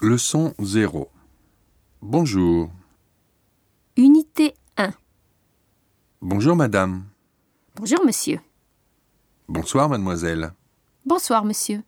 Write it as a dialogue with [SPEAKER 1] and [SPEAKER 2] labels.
[SPEAKER 1] Leçon 0 Bonjour.
[SPEAKER 2] Unité 1.
[SPEAKER 1] Bonjour madame.
[SPEAKER 2] Bonjour, monsieur.
[SPEAKER 1] Bonsoir mademoiselle.
[SPEAKER 2] Bonsoir, monsieur.